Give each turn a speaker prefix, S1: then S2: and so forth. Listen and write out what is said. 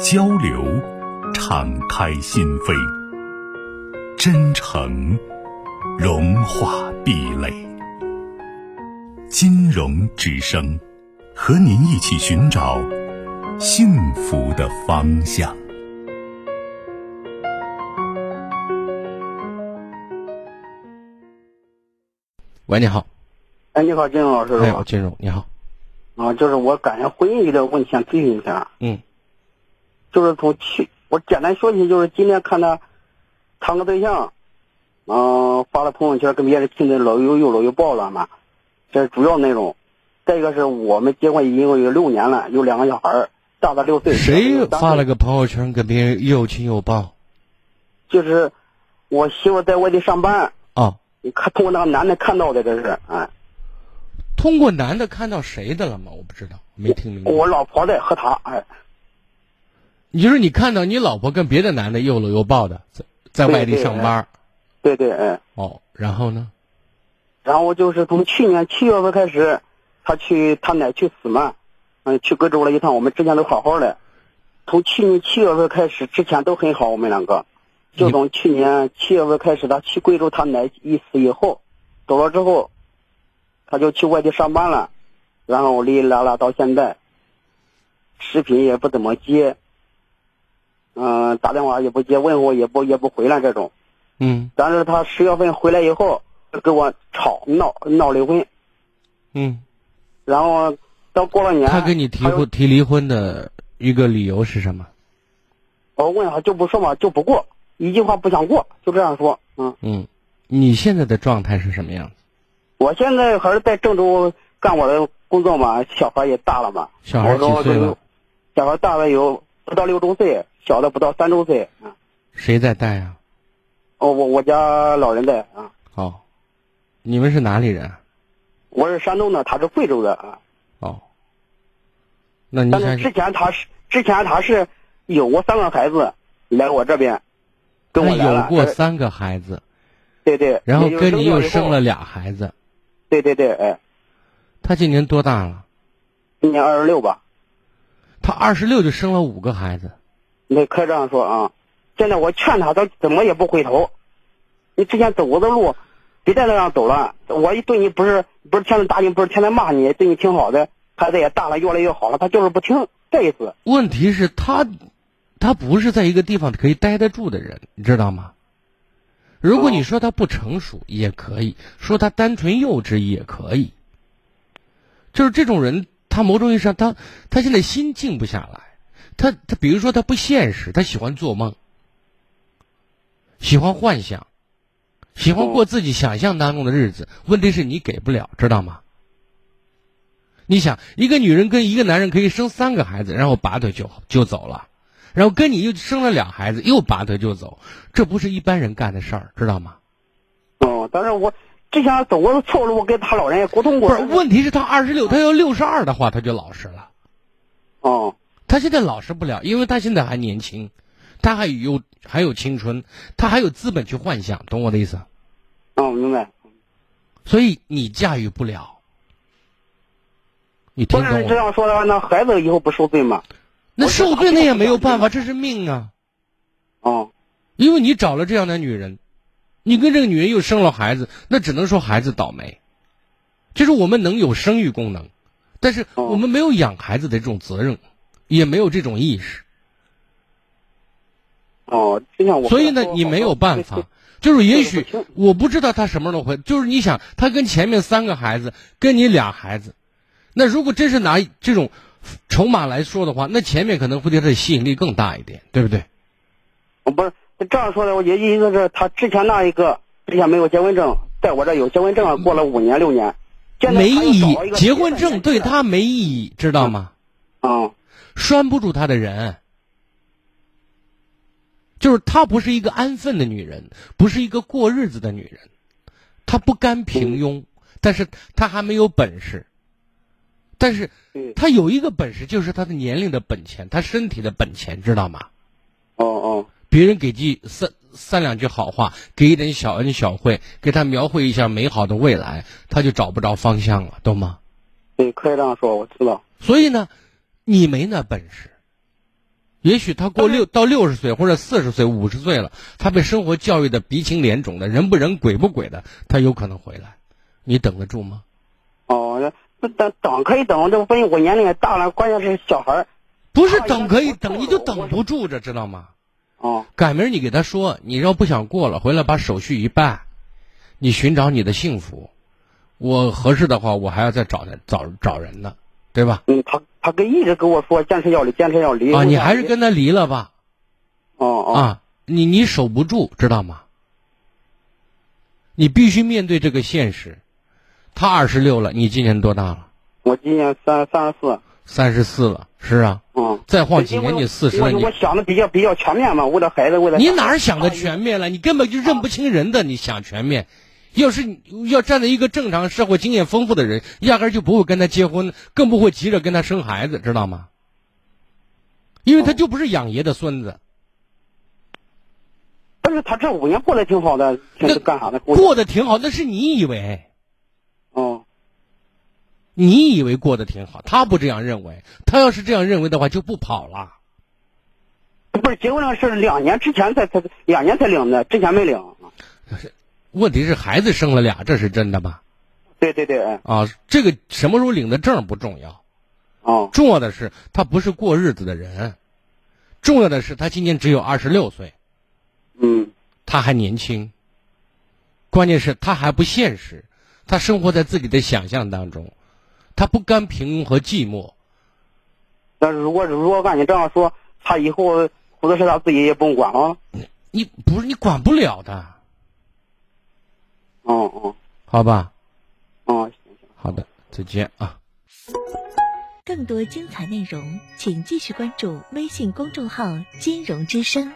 S1: 交流，敞开心扉，真诚融化壁垒。金融之声，和您一起寻找幸福的方向。
S2: 喂，你好。
S3: 哎，你好，金荣老师。
S2: 哎，金荣，你好。
S3: 啊，就是我感觉婚姻有点问题，想咨询一下。
S2: 嗯。
S3: 就是从去，我简单说一下，就是今天看他谈个对象，嗯、发了朋友圈跟别人听的老又又老又爆了嘛，这是主要内容。再一个是我们结婚已经有六年了，有两个小孩儿，大的六岁。
S2: 谁发了个
S3: 个？
S2: 朋友圈跟别人又亲又抱
S3: 就是我媳妇在外地上班，
S2: 啊？
S3: 你看通过那个男的看到的，这是哎，
S2: 通过男的看到谁的了吗？我不知道，没听明白。
S3: 我老婆在和他哎，
S2: 你就是你看到你老婆跟别的男的又搂又抱的，在在外地上班
S3: 对对哎。
S2: 哦，然后呢？
S3: 然后就是从去年七月份开始，他去他奶去死嘛，嗯，去贵州了一趟，我们之前都好好的。从去年七月份开始，之前都很好，我们两个。就从去年七月份开始，他去贵州他奶一死以后，走了之后，他就去外地上班了，然后哩哩啦啦到现在，视频也不怎么接，嗯、打电话也不接，问候也不也不回来这种。
S2: 嗯
S3: 但是他十月份回来以后，跟我吵闹闹离婚，
S2: 嗯，
S3: 然后到过了年，
S2: 他跟你提
S3: 他又
S2: 婚提离婚的一个理由是什么？
S3: 我问他就不说嘛，就不过，一句话不想过，就这样说。嗯，
S2: 嗯，你现在的状态是什么样子？
S3: 我现在还是在郑州干我的工作嘛，小孩也大了嘛，
S2: 小孩几岁了？
S3: 小孩大了有不到六周岁，小的不到三周岁。嗯，
S2: 谁在带啊？
S3: 哦，我我家老人在啊、嗯
S2: 哦，你们是哪里人啊？
S3: 我是山东的，他是贵州的啊。
S2: 哦，那你
S3: 但
S2: 想
S3: 是之前他是之前他是有过三个孩子来我这边，跟
S2: 他
S3: 我来
S2: 有
S3: 了
S2: 过
S3: 但是
S2: 三个孩子，
S3: 对对，
S2: 然后
S3: 也就是
S2: 跟你
S3: 掉
S2: 又
S3: 以后
S2: 生了，俩孩子，
S3: 对对对，哎，
S2: 他今年多大了？
S3: 今年二十六吧，
S2: 他二十六就生了五个孩子，
S3: 那可以这样说啊。现在我劝他，他怎么也不回头。你之前走过的路，别再那样走了。我一对你不是不是天天打你，不是天天骂你，对你挺好的。孩子也大了，越来越好了，他就是不听，这意思。
S2: 问题是他，他不是在一个地方可以待得住的人，你知道吗？如果你说他不成熟也可以，说他单纯幼稚也可以，就是这种人，他某种意义上他他现在心静不下来，他他比如说他不现实，他喜欢做梦，喜欢幻想，喜欢过自己想象当中的日子。问题是你给不了，知道吗？你想，一个女人跟一个男人可以生三个孩子，然后拔腿就就走了，然后跟你又生了俩孩子，又拔腿就走，这不是一般人干的事儿，知道吗？
S3: 嗯，但是我之前走过的错路，我跟他老人也沟通过。
S2: 不是，问题是他二十六，他要六十二的话，他就老实了。
S3: 嗯，
S2: 他现在老实不了，因为他现在还年轻，他还有还有青春，他还有资本去幻想，懂我的意思？
S3: 嗯，明白。
S2: 所以你驾驭不了。你听
S3: 不
S2: 懂
S3: 是
S2: 我？
S3: 这样说的话，那孩子以后不受罪吗？
S2: 那
S3: 我是
S2: 受罪那也没有
S3: 我是
S2: 办法，这是命啊。
S3: 嗯，
S2: 因为你找了这样的女人，你跟这个女人又生了孩子，那只能说孩子倒霉。就是我们能有生育功能，但是
S3: 哦
S2: 我们没有养孩子的这种责任，也没有这种意识，
S3: 哦，之前我
S2: 所以呢，你没有办法。就是也许
S3: 对不清
S2: 我不知道他什么时候会，就是你想他跟前面三个孩子，跟你俩孩子，那如果真是拿这种筹码来说的话，那前面可能会对他的吸引力更大一点，对不对？
S3: 我不是这样说的，我也意思是他之前那一个之前没有结婚证，在我这有结婚证啊，过了五年六年，现在
S2: 没
S3: 他又
S2: 意义
S3: 找了一，个
S2: 结婚
S3: 别的
S2: 证对他没意义，知道吗？
S3: 嗯
S2: 拴不住他的人，就是她不是一个安分的女人，不是一个过日子的女人，她不甘平庸，但是她还没有本事，但是
S3: 对，
S2: 她有一个本事，就是她的年龄的本钱，她身体的本钱，知道吗？
S3: 哦哦，
S2: 别人给句三三两句好话，给一点小恩小惠，给她描绘一下美好的未来，她就找不着方向了，懂吗？
S3: 对，可以这样说，我知道。
S2: 所以呢，你没那本事。也许他过六到六十岁或者四十岁、五十岁了，他被生活教育的鼻青脸肿的，人不人鬼不鬼的，他有可能回来，你等得住吗？
S3: 哦，那不等等可以等，这不是我年龄也大了，关键是小孩儿。
S2: 哎不是
S3: 啊
S2: 等可以
S3: 我
S2: 等，
S3: 我
S2: 你就等不住这，知道吗？
S3: 哦
S2: 赶明儿你给他说，你要不想过了，回来把手续一办，你寻找你的幸福。我合适的话，我还要再找找找人呢，对吧？
S3: 嗯，他他跟一直跟我说坚持要离，坚持要离。
S2: 啊，
S3: 我
S2: 你
S3: 想
S2: 还是
S3: 离
S2: 跟他离了吧，
S3: 哦哦
S2: 啊，你你守不住，知道吗？你必须面对这个现实。他二十六了，你今年多大了？
S3: 我今年三三十四，
S2: 三十四了，是啊。
S3: 嗯，
S2: 再晃几年
S3: 因为
S2: 你四十了，
S3: 我
S2: 你
S3: 我想的比较比较全面嘛，为了孩子，为了
S2: 你哪儿想的全面了？你根本就认不清人的，你想全面。要是你要站在一个正常社会经验丰富的人，压根儿就不会跟他结婚，更不会急着跟他生孩子，知道吗？因为
S3: 哦
S2: 他就不是养爷的孙子，
S3: 但是他这五年过得挺好的，
S2: 那
S3: 这是干啥的？我
S2: 过得挺好，那是你以为。
S3: 哦
S2: 你以为过得挺好，他不这样认为。他要是这样认为的话，就不跑了。
S3: 不是结婚那是两年之前才才两年才领的，之前没领。
S2: 问题是孩子生了俩，这是真的吧？
S3: 对对对，哎
S2: 啊，这个什么时候领的证不重要，
S3: 哦
S2: 重要的是他不是过日子的人，重要的是他今年只有二十六岁，
S3: 嗯
S2: 他还年轻。关键是他还不现实，他生活在自己的想象当中，他不甘平庸和寂寞。
S3: 但是如果如果按你这样说，他以后胡子事他自己也不用管了。
S2: 你不是你管不了的，
S3: 哦哦
S2: 好吧？
S3: 哦，
S2: 好的，再见啊。
S4: 更多精彩内容，请继续关注微信公众号“金融之声”。